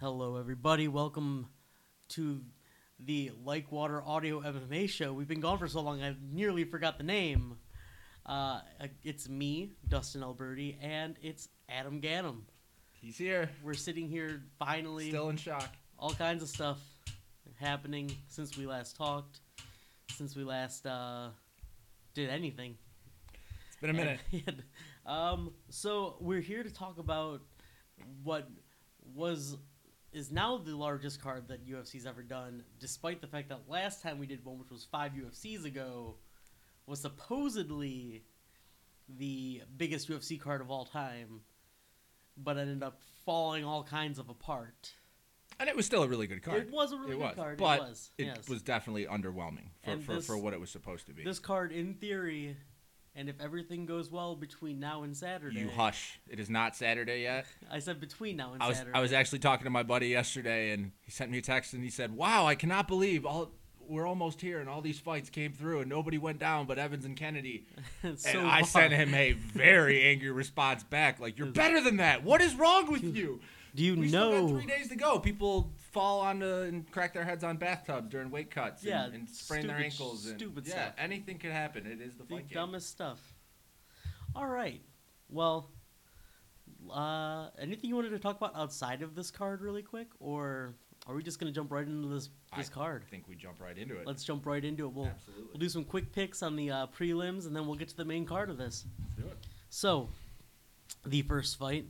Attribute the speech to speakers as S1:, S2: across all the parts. S1: Hello, everybody. Welcome to the Like Water Audio MMA Show. We've been gone for so long, I nearly forgot the name. Uh, it's me, Dustin Alberti, and it's Adam Ganem.
S2: He's here.
S1: We're sitting here finally.
S2: Still in shock.
S1: all kinds of stuff happening since we last talked, since we last uh, did anything.
S2: It's been a minute.
S1: And- um, so we're here to talk about what was is now the largest card that UFC's ever done, despite the fact that last time we did one, which was five UFCs ago, was supposedly the biggest UFC card of all time, but ended up falling all kinds of apart.
S2: And it was still a really good card.
S1: It was a really
S2: It
S1: good
S2: was,
S1: card.
S2: But
S1: it was.
S2: it
S1: yes.
S2: was definitely underwhelming for,
S1: And
S2: for,
S1: this-
S2: for what it was supposed to be.
S1: this card in theory, and if everything goes well between now and Saturday.
S2: you hush. It is not Saturday yet.
S1: I said between now and
S2: I was
S1: Saturday.
S2: I was actually talking to my buddy yesterday, and he sent me a text, and he said, "Wow, I cannot believe all we're almost here, and all these fights came through, and nobody went down, but Evans and Kennedy."
S1: It's
S2: And
S1: so
S2: I
S1: far.
S2: sent him a very angry response back, like, "You're better than that. What is wrong with you?"
S1: Do you
S2: We still got
S1: know?
S2: three days to go. People fall onto and crack their heads on bathtubs during weight cuts. and-
S1: Yeah,
S2: and, sprain their
S1: stupid-
S2: ankles. And,
S1: stupid
S2: yeah,
S1: stuff.
S2: anything could happen. It is the,
S1: The
S2: fight game.
S1: dumbest stuff. All right. Well, uh, anything you wanted to talk about outside of this card, really quick, or are we just gonna jump right into this this
S2: I
S1: card?
S2: think we jump right into it.
S1: Let's jump right into it. We'll
S2: Absolutely.
S1: we'll do some quick picks on the uh, prelims, and then we'll get to the main card of this.
S2: do it.
S1: So, the first fight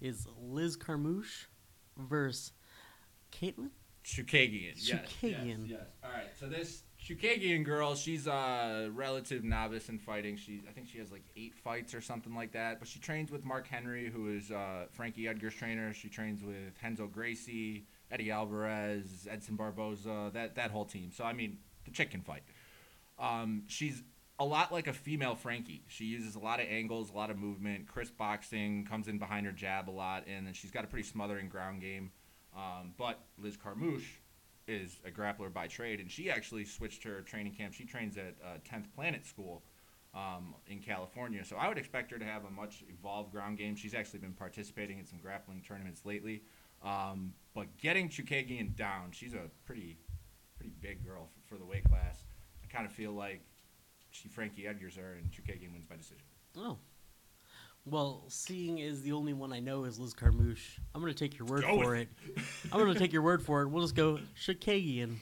S1: is Liz Carmouche versus Caitlin.
S2: Shukagian. Yes, yes,
S1: Shukagian.
S2: yes. All right. So this Shukagian girl, she's a relative novice in fighting. She, I think she has like eight fights or something like that. But she trains with Mark Henry, who is uh, Frankie Edgar's trainer. She trains with Henzo Gracie, Eddie Alvarez, Edson Barboza, that that whole team. So I mean, the chick can fight. Um, she's a lot like a female Frankie. She uses a lot of angles, a lot of movement, crisp boxing, comes in behind her jab a lot, and then she's got a pretty smothering ground game. Um, but Liz Carmouche is a grappler by trade, and she actually switched her training camp. She trains at uh, 10th Planet School um, in California, so I would expect her to have a much evolved ground game. She's actually been participating in some grappling tournaments lately. Um, but getting Chukagian down, she's a pretty, pretty big girl for, for the weight class. I kind of feel like she Frankie Edgar's her, and Chukagian wins by decision.
S1: Oh. Well, seeing is the only one I know is Liz Carmouche. I'm going to take your word
S2: go
S1: for
S2: with
S1: it. I'm going to take your word for it. We'll just go Shikagian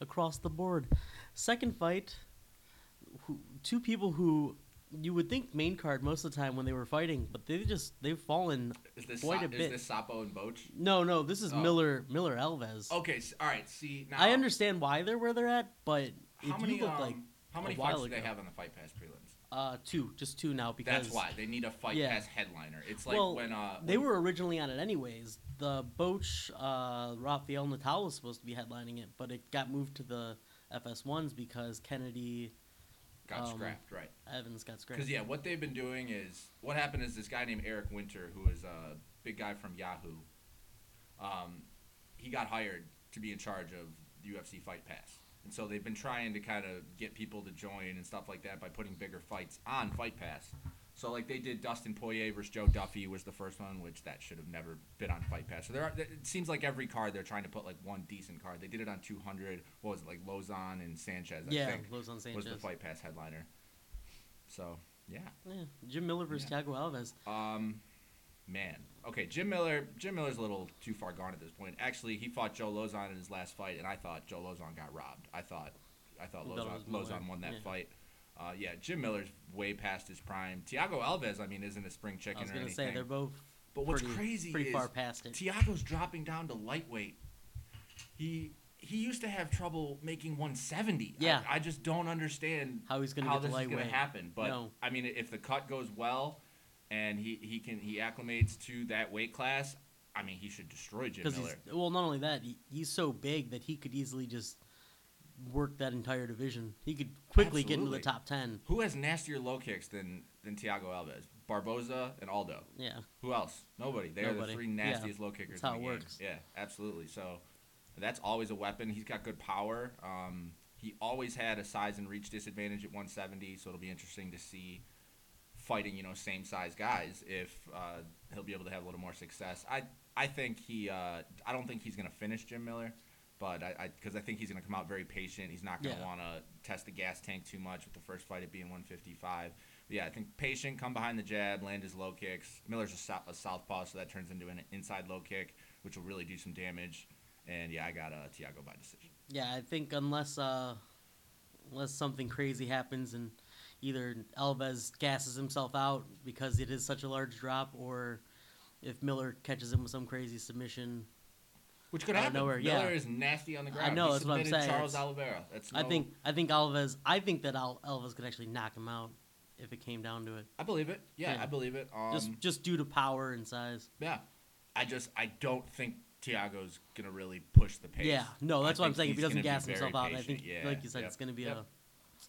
S1: across the board. Second fight, who, two people who you would think main card most of the time when they were fighting, but they just they've fallen
S2: Is this
S1: quite
S2: Sa-
S1: a bit.
S2: Is this Sapo and Boch?
S1: No, no, this is
S2: Oh.
S1: Miller Miller Alves.
S2: Okay, s all right. See, now
S1: I understand why they're where they're at, but
S2: How
S1: if
S2: many,
S1: you look
S2: um,
S1: like
S2: how
S1: a
S2: many
S1: while
S2: fights do they
S1: ago.
S2: have on the Fight Pass prelims?
S1: uh, two, just two now because
S2: That's why they need a Fight
S1: yeah.
S2: Pass headliner. It's like
S1: Well,
S2: when uh,
S1: They
S2: when-
S1: were originally on it anyways. The Boch, uh, Rafael Natal was supposed to be headlining it, but it got moved to the FS1s because Kennedy
S2: got
S1: um,
S2: scrapped, right?
S1: Evans got scrapped.
S2: Because yeah, what they've been doing is what happened is this guy named Eric Winter, who is a big guy from Yahoo, um, he got hired to be in charge of the UFC Fight Pass, and so they've been trying to kind of get people to join and stuff like that by putting bigger fights on Fight Pass. So like they did Dustin Poirier versus Joe Duffy was the first one, which that should have never been on Fight Pass. So there are, it seems like every card they're trying to put like one decent card. They did it on 200. What was it like Lozon and Sanchez? I
S1: yeah,
S2: think
S1: Lozon Sanchez.
S2: was the Fight Pass headliner. So yeah.
S1: Yeah, Jim Miller versus Tiago Alves.
S2: Um, man. Okay, Jim Miller. Jim Miller's a little too far gone at this point. Actually, he fought Joe Lozon in his last fight, and I thought Joe Lozon got robbed. I thought, I thought
S1: That was
S2: Lozon,
S1: Miller,
S2: Lozon won that
S1: yeah.
S2: fight. Uh, yeah, Jim Miller's way past his prime. Tiago Alves, I mean, isn't a spring chicken
S1: I was
S2: or
S1: gonna
S2: anything.
S1: say they're both.
S2: But what's
S1: pretty,
S2: crazy
S1: pretty
S2: is
S1: far past it.
S2: Tiago's dropping down to lightweight. He he used to have trouble making 170. I-
S1: Yeah.
S2: I, just don't understand
S1: How he's gonna
S2: how
S1: get to
S2: this is gonna
S1: lightweight.
S2: happen. But
S1: No.
S2: I mean, if the cut goes well, and he he can he acclimates to that weight class, I mean, he should destroy Jim
S1: Because
S2: Miller.
S1: well, not only that, he, he's so big that he could easily just work that entire division. He could quickly get into the
S2: Absolutely.
S1: top ten.
S2: Who has nastier low kicks than than Tiago Alves? Barboza and Aldo.
S1: Yeah,
S2: Who else? Nobody. They are
S1: Nobody.
S2: the three
S1: Yeah.
S2: nastiest low kickers.
S1: That's how
S2: in the
S1: it
S2: game.
S1: works.
S2: Yeah, absolutely. So that's always a weapon. He's got good power. Um, he always had a size and reach disadvantage at 170, so it'll be interesting to see fighting you know same size guys if uh, he'll be able to have a little more success. I I think he. Uh, I don't think he's gonna finish Jim Miller, but I because I, think he's gonna come out very patient. He's not gonna
S1: Yeah.
S2: want to test the gas tank too much with the first fight it being 155. But yeah, I think patient, come behind the jab, land his low kicks. Miller's a, sou- a southpaw, so that turns into an inside low kick, which will really do some damage. And yeah, I got uh, Tiago by decision.
S1: Yeah, I think unless uh, unless something crazy happens and either Alves gasses himself out because it is such a large drop, or if Miller catches him with some crazy submission,
S2: Which could
S1: Out of
S2: happen.
S1: nowhere, yeah.
S2: Miller is nasty on the
S1: I
S2: ground.
S1: know,
S2: He
S1: that's what I'm
S2: submitted
S1: saying.
S2: Charles
S1: It's-
S2: Oliveira. That's
S1: I
S2: no-
S1: think I think Alves I think that Al- Alves could actually knock him out if it came down to it,
S2: I believe it. Yeah,
S1: Yeah.
S2: I believe it. Um,
S1: just just due to power and size.
S2: yeah, I just I don't think Tiago's gonna really push the pace.
S1: Yeah, no,
S2: I
S1: that's what I'm
S2: think
S1: saying. If he
S2: he's
S1: doesn't
S2: gonna be
S1: gas
S2: very
S1: himself out, I
S2: patient.
S1: think,
S2: Yeah,
S1: like you said,
S2: yep,
S1: it's going to be
S2: yep.
S1: a.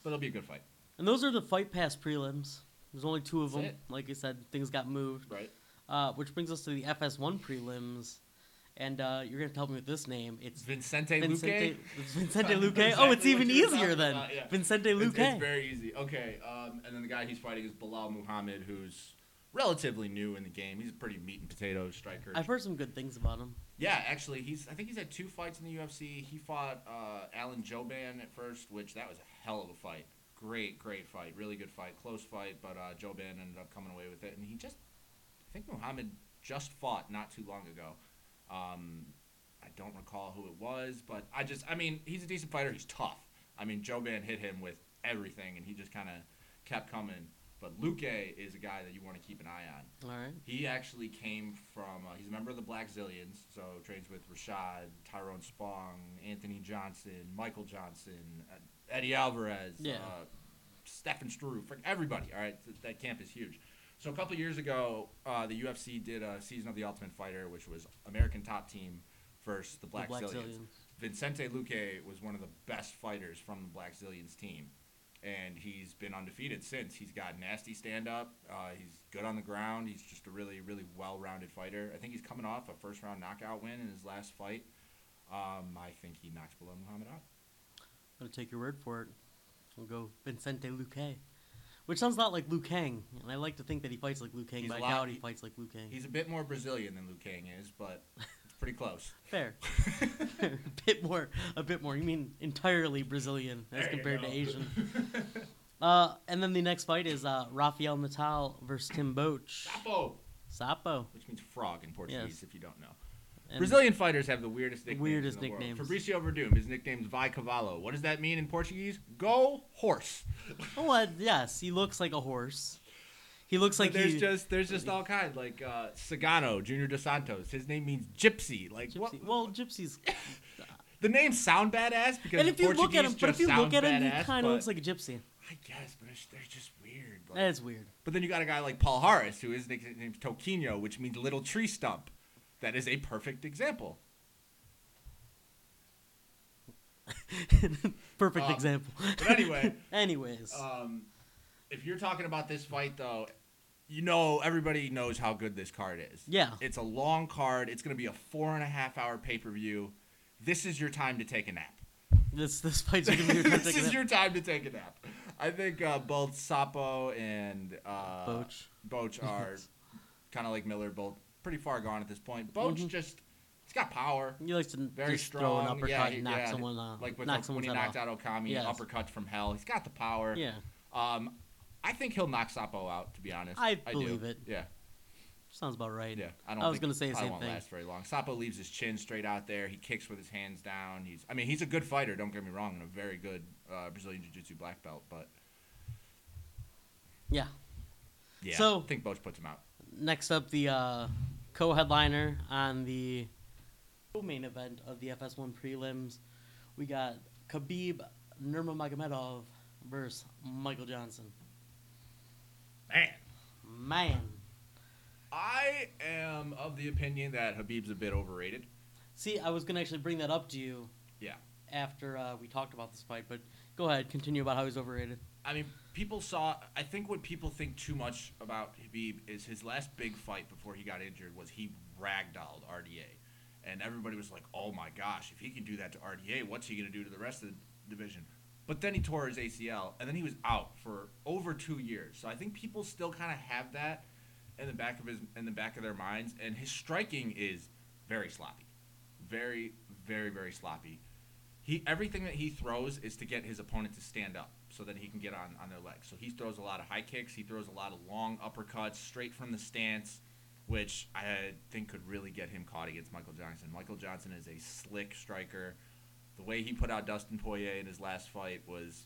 S2: But it'll be a good fight,
S1: And those are the fight pass prelims. There's only two of
S2: That's
S1: them.
S2: it.
S1: Like I said, things got moved.
S2: right?
S1: Uh, which brings us to the FS1 prelims. And uh, you're going to help me with this name. It's
S2: Vincente,
S1: Vincente,
S2: Luque.
S1: it's Vincente Luque.
S2: Exactly
S1: oh, it's
S2: what
S1: even
S2: you were
S1: easier
S2: talking
S1: then.
S2: about, yeah.
S1: Vincente Luque.
S2: It's, it's very easy. Okay, um, and then the guy he's fighting is Bilal Muhammad, who's relatively new in the game. He's a pretty meat and potato striker.
S1: I've heard some good things about him.
S2: Yeah, actually, he's. I think he's had two fights in the UFC. He fought uh, Alan Joban at first, which that was a hell of a fight. Great, great fight. Really good fight. Close fight, but uh, Joban ended up coming away with it. And he just, I think Muhammad just fought not too long ago. Um, I don't recall who it was, but I just, I mean, he's a decent fighter. He's tough. I mean, Joban hit him with everything, and he just kind of kept coming. But Luke is a guy that you want to keep an eye on.
S1: All right.
S2: He actually came from. Uh, he's a member of the Black Zillions, so trains with Rashad, Tyrone Spong, Anthony Johnson, Michael Johnson, uh, Eddie Alvarez,
S1: Yeah.
S2: uh, Stefan Struve, frick, everybody. All right, Th- that camp is huge. So a couple years ago, uh, the UFC did a season of the Ultimate Fighter, which was American Top Team versus the Black,
S1: the Black
S2: Zillions.
S1: Zillions.
S2: Vincente Luque was one of the best fighters from the Black Zillions team, and he's been undefeated since. He's got nasty stand up. Uh, he's good on the ground. He's just a really, really well rounded fighter. I think he's coming off a first round knockout win in his last fight. Um, I think he knocks below Muhammad out.
S1: I'm going to take your word for it. We'll go Vincente Luque. Which sounds a lot like Liu Kang. And I like to think that he fights like Liu Kang,
S2: He's
S1: but
S2: a
S1: I
S2: lot-
S1: doubt he
S2: he-
S1: fights like Liu Kang.
S2: He's a bit more Brazilian than Liu Kang is, but it's pretty close.
S1: Fair. a bit more. A bit more. You mean entirely Brazilian as
S2: There you
S1: compared to
S2: go.
S1: Asian. Uh, and then the next fight is uh, Rafael Natal versus Tim Boach.
S2: Sapo,
S1: Sapo.
S2: which means frog in Portuguese,
S1: Yes.
S2: if you don't know.
S1: And
S2: Brazilian fighters have the weirdest nicknames.
S1: Weirdest
S2: in the
S1: nicknames.
S2: World. Fabricio Verdum, his nickname's Vai Cavalo. What does that mean in Portuguese? Go horse.
S1: Oh, uh, yes, he looks like a horse. He looks like
S2: But there's
S1: he.
S2: just there's just all kind like uh, Sagano, Junior Dos Santos. His name means gypsy. Like
S1: gypsy.
S2: what?
S1: well, gypsies.
S2: the names sound badass because
S1: and if you
S2: Portuguese
S1: look at him, but
S2: just
S1: if you look
S2: sounds
S1: at him,
S2: badass,
S1: he kind of
S2: but- Oh.
S1: looks like a gypsy.
S2: I guess, but it's, they're just weird. like-
S1: That's weird.
S2: but then you got a guy like Paul Harris, who is nicknamed Toquinho, which means little tree stump. That is a perfect example.
S1: Perfect
S2: Um,
S1: example.
S2: but anyway,
S1: Anyways,
S2: Um, if you're talking about this fight, though, you know everybody knows how good this card is.
S1: Yeah.
S2: It's a long card. It's going to be a four and a half hour pay per view. This is your time to take a nap.
S1: this this fight's gonna be
S2: this
S1: ridiculous.
S2: is your time to take a nap. I think uh, both Sapo and uh,
S1: Boach.
S2: Boach are kind of like Miller, both pretty far gone at this point. Boach
S1: Mhm.
S2: just, he's got power.
S1: He likes to
S2: Very
S1: just throw
S2: strong.
S1: an uppercut
S2: yeah, he-
S1: and knock
S2: yeah.
S1: someone. Uh,
S2: like with
S1: knock
S2: when
S1: someone's
S2: he
S1: head
S2: knocked
S1: off.
S2: out Okami,
S1: Yes.
S2: uppercut from hell. He's got the power.
S1: Yeah,
S2: Um, I think he'll knock Sapo out. To be honest,
S1: I
S2: do.
S1: believe it.
S2: Yeah,
S1: sounds about right.
S2: yeah. I don't.
S1: I was
S2: think-
S1: gonna say the
S2: probably
S1: same
S2: won't
S1: thing.
S2: Last very long. Sapo leaves his chin straight out there. He kicks with his hands down. He's. I mean, he's a good fighter. Don't get me wrong, and a very good uh, Brazilian Jiu-Jitsu black belt. But
S1: Yeah.
S2: yeah,
S1: So-
S2: I think Boch puts him out.
S1: Next up, the uh, co-headliner on the main event of the FS1 prelims, we got Khabib Nurmagomedov versus Michael Johnson.
S2: Man,
S1: Man,
S2: I am of the opinion that Habib's a bit overrated.
S1: see, I was gonna actually bring that up to you
S2: Yeah.
S1: after uh, we talked about this fight, but go ahead, continue about how he's overrated.
S2: I mean, people saw. I think what people think too much about Habib is his last big fight before he got injured was he ragdolled RDA, and everybody was like, "Oh my gosh, if he can do that to RDA, what's he gonna do to the rest of the division?" But then he tore his ACL, and then he was out for over two years. So I think people still kind of have that in the back of his in the back of their minds, and his striking is very sloppy, very very very sloppy. He everything that he throws is to get his opponent to stand up so that he can get on on their legs. So he throws a lot of high kicks. He throws a lot of long uppercuts straight from the stance, which I think could really get him caught against Michael Johnson. Michael Johnson is a slick striker. The way he put out Dustin Poirier in his last fight was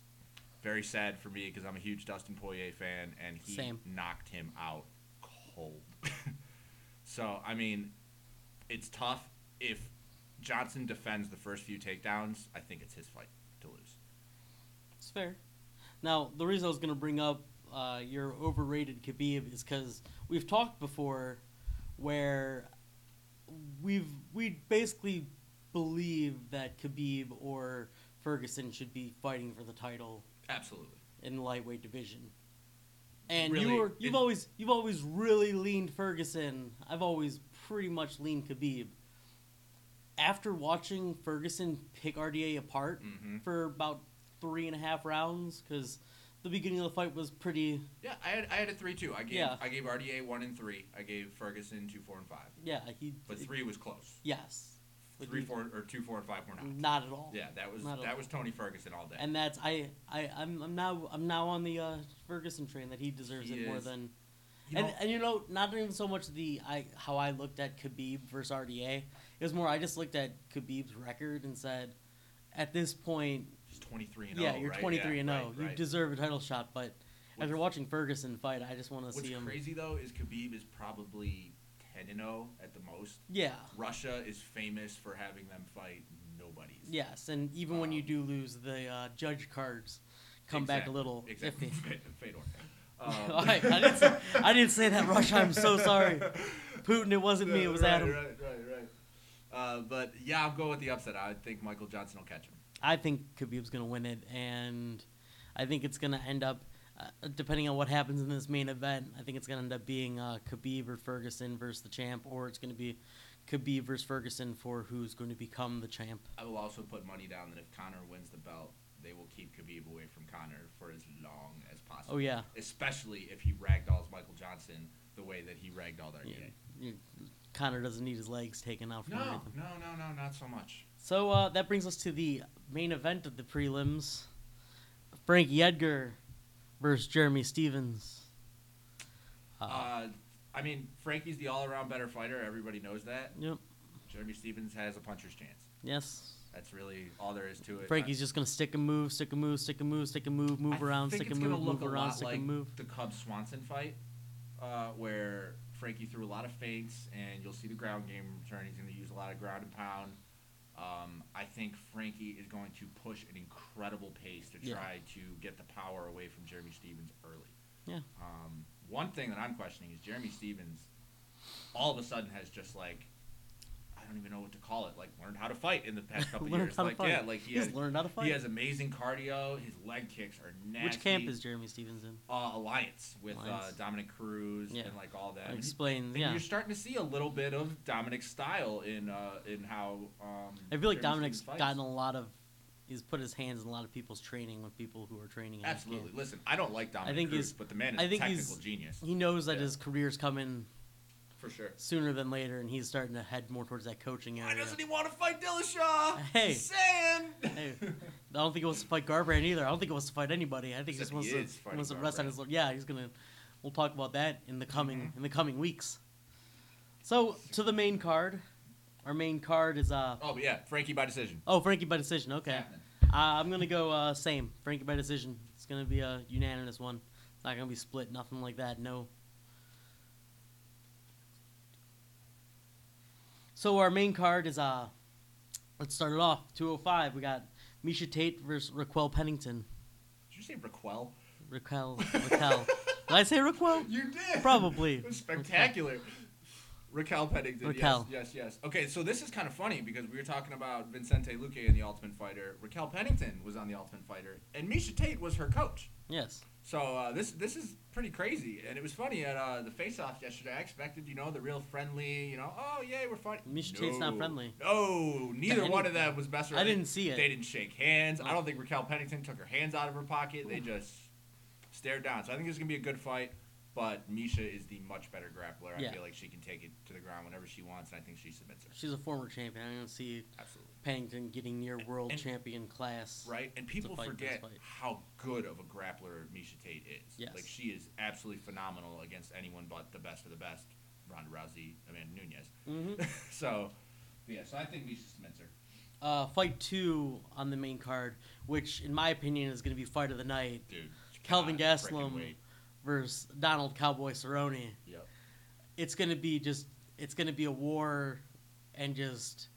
S2: very sad for me because I'm a huge Dustin Poirier fan, and he
S1: Same.
S2: knocked him out cold. so I mean, it's tough. If Johnson defends the first few takedowns, I think it's his fight to lose.
S1: It's fair. Now, the reason I was going to bring up uh, your overrated Khabib is because we've talked before where we've we basically believe that Khabib or Ferguson should be fighting for the title
S2: Absolutely.
S1: in the lightweight division. And
S2: Really,
S1: you were, you've
S2: it-
S1: always you've always really leaned Ferguson. I've always pretty much leaned Khabib. After watching Ferguson pick RDA apart
S2: hmm
S1: for about three and a half rounds because the beginning of the fight was pretty.
S2: Yeah, I had, I had a three two. I gave
S1: Yeah.
S2: I gave RDA one and three. I gave Ferguson two four and five.
S1: Yeah, he.
S2: But three was close.
S1: Yes. But
S2: Three
S1: he-
S2: four or two four and five were not.
S1: Not at all.
S2: Yeah, that was
S1: Not at
S2: that
S1: all.
S2: was Tony Ferguson all day.
S1: And that's I I I'm, I'm now I'm now on the uh, Ferguson train that he deserves
S2: He
S1: it more
S2: is.
S1: than and
S2: You
S1: uh,
S2: know-
S1: and you know not even so much the I how I looked at Khabib versus RDA it was more I just looked at Khabib's record and said at this point
S2: he's twenty three and
S1: yeah
S2: 0,
S1: you're
S2: right?
S1: 23 and 0
S2: right,
S1: you
S2: right.
S1: deserve a title shot but
S2: What's-
S1: after watching Ferguson fight I just want to
S2: What's
S1: see him
S2: crazy though is Khabib is probably ten and zero at the most.
S1: yeah
S2: Russia is famous for having them fight nobodies.
S1: Yes, and even when you
S2: Um,
S1: do lose, the uh, judge cards come back a
S2: Exact-
S1: little
S2: Exactly.
S1: iffy.
S2: Fedor. Um,
S1: All right, I didn't say- I didn't say that, Russia, I'm so sorry. Putin, it wasn't me, it was
S2: right,
S1: Adam.
S2: Right, right, right. Uh, but yeah, I'm going with the upset. I think Michael Johnson will catch him.
S1: I think Khabib's going to win it, and I think it's going to end up, uh, depending on what happens in this main event, I think it's going to end up being uh, Khabib or Ferguson versus the champ, or it's going to be Khabib versus Ferguson for who's going to become the champ.
S2: I will also put money down that if Connor wins the belt, they will keep Khabib away from Connor for as long as possible.
S1: Oh, yeah.
S2: Especially if he ragdolls Michael Johnson the way that he ragdolled our
S1: Yeah. You- Connor doesn't need his legs taken out from
S2: No,
S1: everything.
S2: no, no, no, not so much.
S1: So uh, that brings us to the main event of the prelims: Frankie Edgar versus Jeremy Stevens. Uh,
S2: Uh, I mean, Frankie's the all-around better fighter. Everybody knows that.
S1: yep.
S2: Jeremy Stevens has a puncher's chance.
S1: Yes.
S2: That's really all there is to it.
S1: Frankie's just gonna stick and move, stick and move, stick and move, stick and move, move around, stick and
S2: gonna
S1: move, move around, stick
S2: like
S1: and move.
S2: the Cubs Swanson fight, uh, where Frankie threw a lot of feints, and you'll see the ground game return. He's going to use a lot of ground and pound. Um, I think Frankie is going to push an incredible pace to
S1: Yeah.
S2: try to get the power away from Jeremy Stevens early.
S1: Yeah.
S2: Um, one thing that I'm questioning is Jeremy Stevens. All of a sudden, has just like I don't even know what to call it. Like learned how to fight in the past couple
S1: Learned
S2: years.
S1: how to
S2: like
S1: fight.
S2: yeah, like he
S1: He's
S2: had-
S1: learned how to fight.
S2: he has amazing cardio. His leg kicks are nasty.
S1: Which camp is Jeremy Stevens in?
S2: uh, Alliance with Uh,
S1: Alliance.
S2: Dominic Cruz
S1: Yeah.
S2: and like all that? And,
S1: Explains.
S2: and
S1: Yeah.
S2: you're starting to see a little bit of Dominic's style in uh, in how. Um,
S1: I feel like
S2: Jeremy
S1: Dominic's
S2: Stevens fights.
S1: gotten a lot of. He's put his hands in a lot of people's training with people who are training. in his camp.
S2: Absolutely. Listen, I don't like Dominic
S1: think
S2: Cruz,
S1: he's-
S2: but the man is
S1: I
S2: a
S1: think
S2: technical
S1: he's-
S2: genius
S1: He knows that
S2: Yeah.
S1: his career's coming
S2: for sure.
S1: sooner than later, and he's starting to head more towards that coaching
S2: Why
S1: area.
S2: doesn't he want to fight Dillashaw?
S1: Hey.
S2: Just saying.
S1: Hey, I don't think he wants to fight Garbrandt either. I don't think he wants to fight anybody. I think he
S2: Except
S1: just wants
S2: he
S1: to
S2: is fighting
S1: wants to rest on
S2: Garbrandt. Mm-hmm.
S1: his. Yeah, he's gonna. We'll talk about that in the coming in the coming weeks. So to the main card. Our main card is uh
S2: Oh but yeah, Frankie by decision.
S1: oh Frankie by decision. Okay,
S2: Happening.
S1: uh, I'm gonna go uh, same Frankie by decision. It's gonna be a unanimous one. It's not gonna be split. Nothing like that. No. So our main card is uh, let's start it off 205. We got Misha Tate versus Raquel Pennington.
S2: Did you say Raquel?
S1: Raquel, Raquel. Did I say Raquel?
S2: You did.
S1: Probably.
S2: It was spectacular. Raquel Pennington.
S1: Raquel.
S2: Yes, yes, yes. Okay, so this is kind of funny because we were talking about Vincente Luque in The Ultimate Fighter. Raquel Pennington was on The Ultimate Fighter, and Misha Tate was her coach.
S1: Yes.
S2: So uh, this this is pretty crazy, and it was funny at uh, the face-off yesterday. I expected, you know, the real friendly, you know, oh yay, we're fighting.
S1: Misha Tate's not
S2: No.
S1: friendly.
S2: No, neither
S1: any-
S2: one of them was best.
S1: I didn't see it.
S2: They didn't shake hands. I
S1: Oh.
S2: don't think Raquel Pennington took her hands out of her pocket. They just stared down. So I think this is gonna be a good fight. But Misha is the much better grappler.
S1: Yeah.
S2: I feel like she can take it to the ground whenever she wants, and I think she submits her.
S1: She's a former champion. I don't see
S2: Absolutely.
S1: Pennington getting near world
S2: and-
S1: champion class.
S2: Right? And people
S1: fight, it's a
S2: forget
S1: fight.
S2: how good of a grappler Misha Tate is.
S1: Yes.
S2: Like, she is absolutely phenomenal against anyone but the best of the best Ronda Rousey, Amanda Nunez.
S1: hmm
S2: so, but yeah, so I think Misha submits her.
S1: Uh, fight two on the main card, which in my opinion is going to be fight of the night.
S2: Dude. she
S1: Kelvin
S2: cannot Ah, freaking
S1: Gastelum.
S2: wait.
S1: versus Donald Cowboy Cerrone.
S2: Yep.
S1: It's gonna be just it's gonna be a war, and just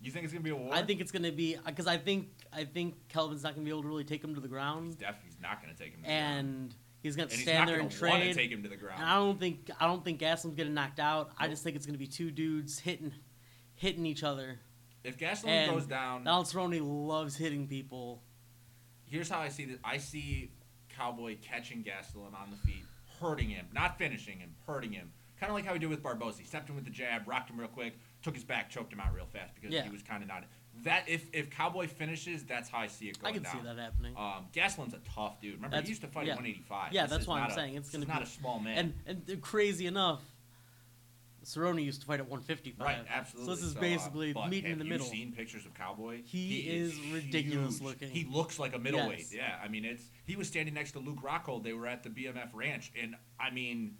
S2: You think it's going to be a war?
S1: I think it's gonna be because I think I think Kelvin's not gonna be able to really take him to the
S2: He's,
S1: ground,
S2: def- he's not going to take him to the ground.
S1: and he's gonna have
S2: And
S1: to
S2: he's
S1: stand
S2: not
S1: there
S2: gonna
S1: and
S2: wanna
S1: trade.
S2: take him to the ground.
S1: And I don't think I don't think Gaslam's getting knocked out. I
S2: Nope.
S1: just think it's gonna be two dudes hitting hitting each other.
S2: if Gastelum
S1: and
S2: goes down,
S1: Donald Cerrone loves hitting people.
S2: here's how I see this. I see Cowboy catching Gastelum on the feet, hurting him, not finishing him, hurting him. Kind of like how he did with Barbosa. He stepped him with the jab, rocked him real quick, took his back, choked him out real fast because
S1: Yeah.
S2: he was kind of not. That if if Cowboy finishes, that's how I see it
S1: I
S2: going
S1: can
S2: down.
S1: see that happening.
S2: Um, Gaslam's a tough dude. Remember,
S1: That's-
S2: he used to fight
S1: yeah.
S2: at 185.
S1: Yeah,
S2: This
S1: that's
S2: is
S1: why I'm
S2: not a-
S1: saying it's
S2: this
S1: gonna
S2: is not
S1: be-
S2: a small man.
S1: and and crazy enough, Cerrone used to fight at 155.
S2: Right, absolutely.
S1: So this is
S2: uh,
S1: basically
S2: but
S1: meeting in
S2: have
S1: the
S2: you
S1: middle.
S2: Seen pictures of Cowboy?
S1: He is ridiculous
S2: huge.
S1: looking.
S2: He looks like a middleweight.
S1: Yes.
S2: Yeah, I mean it's. He was standing next to Luke Rockhold. They were at the BMF Ranch, and I mean,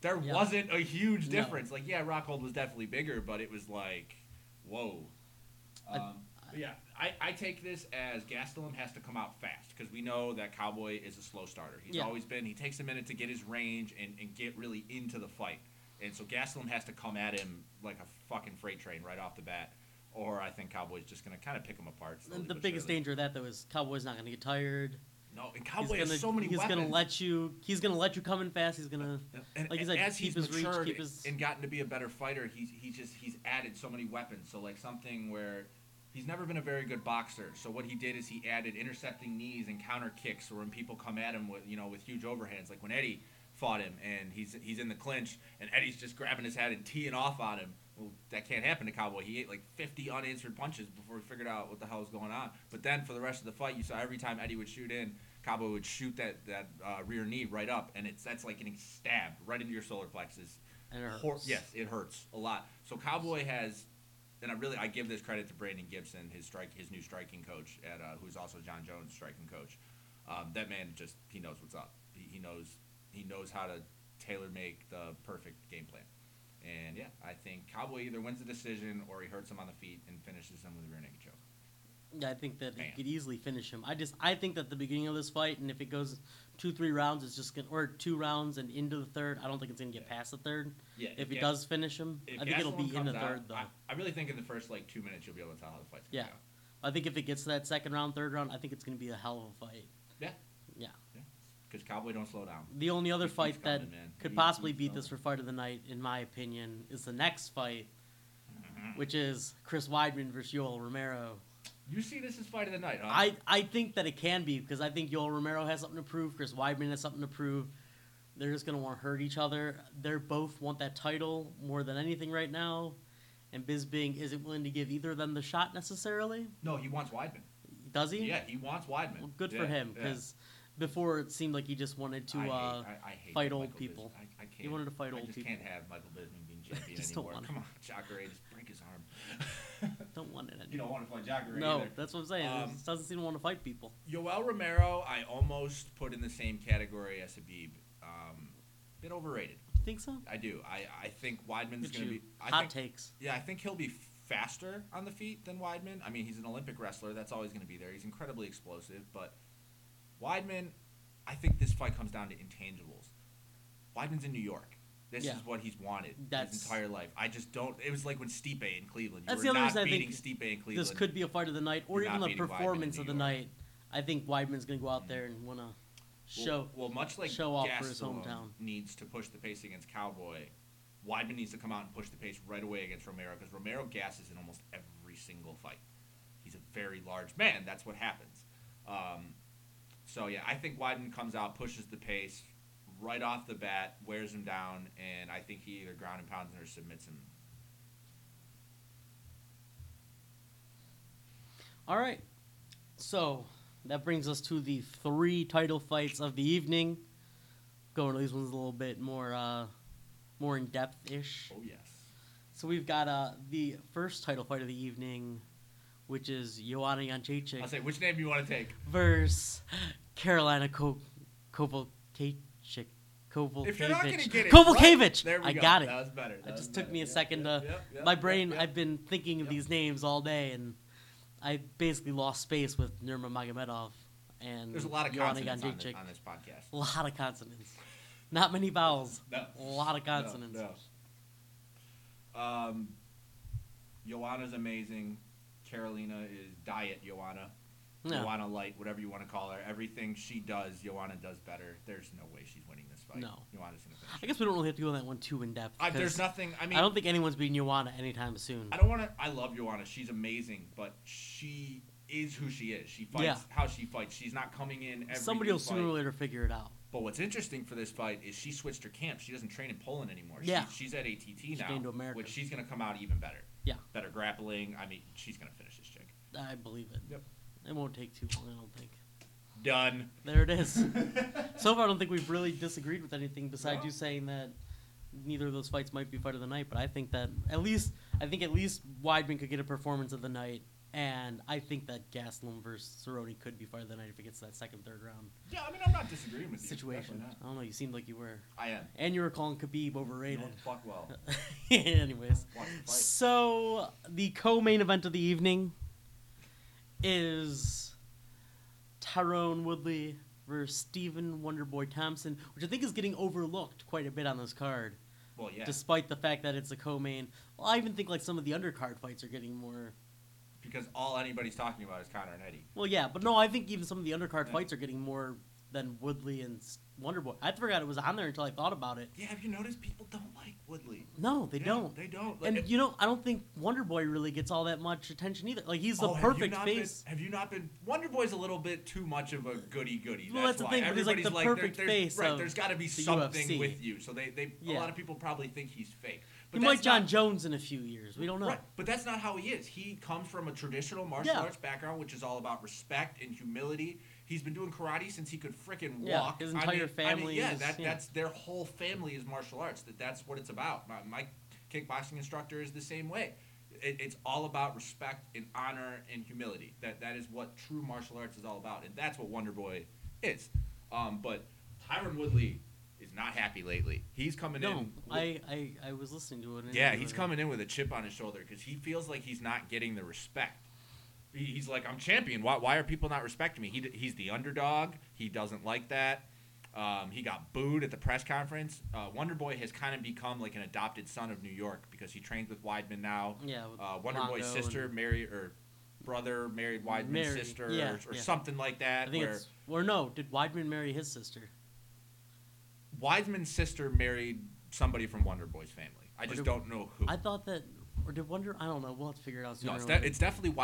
S2: there
S1: Yeah.
S2: wasn't a huge
S1: No.
S2: difference. Like, yeah, Rockhold was definitely bigger, but it was like, whoa.
S1: I-
S2: Um, but yeah, I, I take this as Gastelum has to come out fast because we know that Cowboy is a slow starter. He's
S1: Yeah.
S2: always been. He takes a minute to get his range and, and get really into the fight. And so Gastelum has to come at him like a fucking freight train right off the bat, or I think Cowboy's just gonna kind of pick him apart. slowly
S1: And the
S2: but
S1: biggest
S2: surely.
S1: danger of that though is Cowboy's not going to get tired.
S2: No, and
S1: He's
S2: Cowboy
S1: gonna,
S2: has so many
S1: he's
S2: weapons.
S1: gonna let you. He's gonna let you come in fast. He's gonna.
S2: and
S1: like you said,
S2: as
S1: keep
S2: he's
S1: his reach,
S2: matured
S1: keep his-
S2: and gotten to be a better fighter, he's he just he's added so many weapons. So like something where he's never been a very good boxer. So what he did is he added intercepting knees and counter kicks. So when people come at him with you know with huge overhands, like when Eddie fought him and he's he's in the clinch and Eddie's just grabbing his head and teeing off on him. Well, that can't happen to Cowboy. He ate like 50 unanswered punches before he figured out what the hell was going on. But then for the rest of the fight, you saw every time Eddie would shoot in, Cowboy would shoot that that uh, rear knee right up, and it's that's like getting stabbed right into your solar plexus.
S1: And it
S2: Hor-
S1: hurts.
S2: yes, it hurts a lot. So Cowboy has, and I really I give this credit to Brandon Gibson, his strike his new striking coach at uh, who's also John Jones' striking coach. Um, that man just he knows what's up. He, he knows he knows how to tailor make the perfect game plan. And yeah, I think Cowboy either wins the decision or he hurts him on the feet and finishes him with a rear naked choke.
S1: Yeah, I think that
S2: Bam.
S1: he could easily finish him. I just I think that the beginning of this fight, and if it goes two three rounds, it's just gonna or two rounds and into the third. I don't think it's gonna get
S2: Yeah.
S1: past the third.
S2: Yeah,
S1: If he does finish him, I think it'll be in the third though.
S2: I,
S1: I,
S2: I really think in the first like two minutes you'll be able to tell how the fight's going.
S1: Yeah. think if it gets to that second round, third round, I think it's gonna be a hell of a fight.
S2: Yeah.
S1: Yeah.
S2: Because Cowboy don't slow down.
S1: The only other
S2: He keeps
S1: fight that
S2: coming, man.
S1: could
S2: He
S1: possibly
S2: keeps
S1: beat this for
S2: coming.
S1: fight of the night, in my opinion, is the next fight,
S2: Mm-hmm.
S1: which is Chris Weidman versus Yoel Romero.
S2: You see, this is fight of the night. Huh?
S1: I, I think that it can be because I think Yoel Romero has something to prove. Chris Weidman has something to prove. They're just going to want to hurt each other. They are both want that title more than anything right now. And Bisbing isn't willing to give either of them the shot necessarily.
S2: no, he wants Weidman.
S1: Does he?
S2: Yeah, he wants Weidman.
S1: Well, good for
S2: Yeah,
S1: him
S2: yeah.
S1: because before it seemed like he just wanted to.
S2: I hate-
S1: uh,
S2: I- I hate
S1: fight
S2: Michael
S1: old
S2: Bisping.
S1: people.
S2: I, I can't,
S1: wanted to fight
S2: I
S1: old
S2: just
S1: people.
S2: can't have Michael Bisping being champion
S1: just don't
S2: anymore.
S1: want
S2: Come on, Jacare, just break his arm.
S1: don't want it
S2: you
S1: anymore.
S2: don't want to fight Jacare
S1: No,
S2: either.
S1: that's what I'm saying.
S2: Um,
S1: he just doesn't seem to want to fight people.
S2: Yoel Romero, I almost put in the same category as Habib. Um, bit overrated.
S1: You think so?
S2: I do. I, I think Weidman's
S1: Look at
S2: going to
S1: you.
S2: be. I
S1: Hot
S2: think,
S1: takes.
S2: Yeah, I think he'll be faster on the feet than Weidman. I mean, he's an Olympic wrestler. That's always going to be there. He's incredibly explosive. But Weidman, I think this fight comes down to intangibles. Weidman's in New York. This
S1: Yeah.
S2: is what he's wanted
S1: That's-
S2: his entire life. I just don't. It was like when Stipe in Cleveland. You
S1: That's
S2: were
S1: the other
S2: not
S1: reason I
S2: beating
S1: think
S2: Stipe in Cleveland.
S1: This could be a fight of the night, or
S2: You're
S1: even
S2: not
S1: the
S2: beating Weidman in
S1: performance
S2: New
S1: of the
S2: York.
S1: night. I think Weidman's going to go out
S2: Mhm.
S1: there and want to
S2: Well-
S1: show.
S2: Well, much like
S1: show off for his
S2: Gastelum
S1: hometown.
S2: needs to push the pace against Cowboy, Weidman needs to come out and push the pace right away against Romero because Romero gasses in almost every single fight. He's a very large man. That's what happens. Um, so yeah, I think Weidman comes out, pushes the pace right off the bat, wears him down, and I think he either ground and pounds him or submits him.
S1: All right. So that brings us to the three title fights of the evening. go into these ones a little bit more uh, more in depth ish.
S2: Oh yes.
S1: So we've got uh, the first title fight of the evening, which is Joanna
S2: I'll
S1: Janchechik
S2: say which name you want to take.
S1: versus Carolina Ko- Kovalkiewicz. Kovalkiewicz.
S2: If you're not gonna get it,
S1: Kovalkiewicz.
S2: right- there we
S1: I
S2: go.
S1: got it.
S2: That was better. That
S1: It
S2: was
S1: just took
S2: better.
S1: me a
S2: Yep,
S1: second
S2: yep,
S1: to.
S2: yep, yep,
S1: my
S2: yep,
S1: brain,
S2: yep.
S1: I've been thinking of
S2: Yep.
S1: these names all day, and I basically lost space with Nurma Magomedov and
S2: There's a lot of
S1: Joanna
S2: consonants on, thi-
S1: Janchechik.
S2: on this podcast.
S1: A lot of consonants. Not many vowels.
S2: No.
S1: A lot of
S2: No,
S1: consonants.
S2: no. Um, Joanna's amazing. Carolina is diet Joanna.
S1: No.
S2: Joanna Light, whatever you want to call her. Everything she does, Joanna does better. There's no way she's winning this fight.
S1: No.
S2: Joanna's going to finish.
S1: I guess we don't really have to go on that one too in depth.
S2: I,
S1: 'cause
S2: there's nothing. I mean,
S1: I don't think anyone's beating Ioana anytime soon.
S2: I don't want to. I love Joanna. She's amazing, but she is who she is. She fights
S1: Yeah.
S2: how she fights. She's not coming in every
S1: Somebody
S2: new
S1: will sooner
S2: fight.
S1: or later figure it out.
S2: But what's interesting for this fight is she switched her camp. She doesn't train in Poland anymore.
S1: Yeah.
S2: She, she's at
S1: came
S2: ATT
S1: to
S2: now,
S1: America.
S2: which she's going to come out even better.
S1: Yeah.
S2: Better grappling. I mean, she's going to finish this chick.
S1: I believe it.
S2: Yep.
S1: It won't take too long, I don't think.
S2: Done.
S1: There it is. so far, I don't think we've really disagreed with anything besides
S2: No.
S1: you saying that neither of those fights might be fight of the night. But I think that at least I think at least Weidman could get a performance of the night, and I think that Gaslam versus Cerrone could be fight of the night if it gets to that second third round
S2: Yeah, I mean, I'm not disagreeing with you.
S1: situation.
S2: Definitely not.
S1: I don't know. You seemed like you were,
S2: I am.
S1: and you were calling Khabib
S2: You
S1: overrated.
S2: don't fuck well.
S1: Anyways.
S2: Watch the fight.
S1: So the co-main event of the evening is Tyrone Woodley versus Stephen Wonderboy Thompson, which I think is getting overlooked quite a bit on this card,
S2: Well, yeah.
S1: despite the fact that it's a co-main. Well, I even think like some of the undercard fights are getting more.
S2: because all anybody's talking about is Connor and Eddie.
S1: Well, yeah, but no, I think even some of the undercard
S2: Yeah.
S1: fights are getting more than Woodley and S- Wonderboy. I forgot it was on there until I thought about it.
S2: Yeah, have you noticed people don't like Woodley?
S1: No, they
S2: Yeah,
S1: don't.
S2: They don't. Like,
S1: And you know, I don't think Wonder Boy really gets all that much attention either. Like he's the
S2: oh, have you
S1: perfect
S2: not
S1: face.
S2: Been, have you not been? Wonder Boy's a little bit too much of a goody goody.
S1: Well, that's the
S2: why.
S1: thing, but he's, like,
S2: Everybody's
S1: the
S2: there-
S1: perfect
S2: there's-
S1: face
S2: Right,
S1: of
S2: there's got to be
S1: the
S2: something
S1: UFC.
S2: with you. So they, they
S1: Yeah.
S2: a lot of people probably think he's fake.
S1: He might
S2: that's
S1: John
S2: not-
S1: Jones in a few years. We don't know.
S2: Right, but that's not how he is. He comes from a traditional martial
S1: Yeah.
S2: arts background, which is all about respect and humility. He's been doing karate since he could frickin'
S1: Yeah,
S2: walk.
S1: his
S2: I
S1: entire
S2: mean,
S1: family
S2: I mean, yeah,
S1: is-
S2: that,
S1: yeah.
S2: that's their whole family is martial arts. That that's what it's about. My, my kickboxing instructor is the same way. It, it's all about respect and honor and humility. That that is what true martial arts is all about, and that's what Wonder Boy is. Um, but Tyron Woodley is not happy lately. He's coming
S1: No,
S2: in.
S1: I, I I was listening to it. and
S2: Yeah,
S1: it
S2: he's
S1: was-
S2: coming in with a chip on his shoulder because he feels like he's not getting the respect. He- He's like, I'm champion. Why, why are people not respecting me? He, d- he's the underdog. He doesn't like that. Um, he got booed at the press conference. Uh, Wonder Boy has kind of become like an adopted son of New York because he trains with Weidman now.
S1: Yeah, with
S2: Uh, Wonder Boy's
S1: Lotto
S2: sister,
S1: and-
S2: married or brother, married Weidman's
S1: Married,
S2: sister,
S1: yeah,
S2: or, or
S1: yeah.
S2: something like that.
S1: I think
S2: where
S1: it's or no. Did Weidman marry his sister?
S2: Weidman's sister married somebody from Wonder Boy's family. I just
S1: did-
S2: don't know who.
S1: I thought that, or did Wonder? I don't know. We'll have to figure it out. Sooner or
S2: no, it's, de-
S1: later.
S2: it's definitely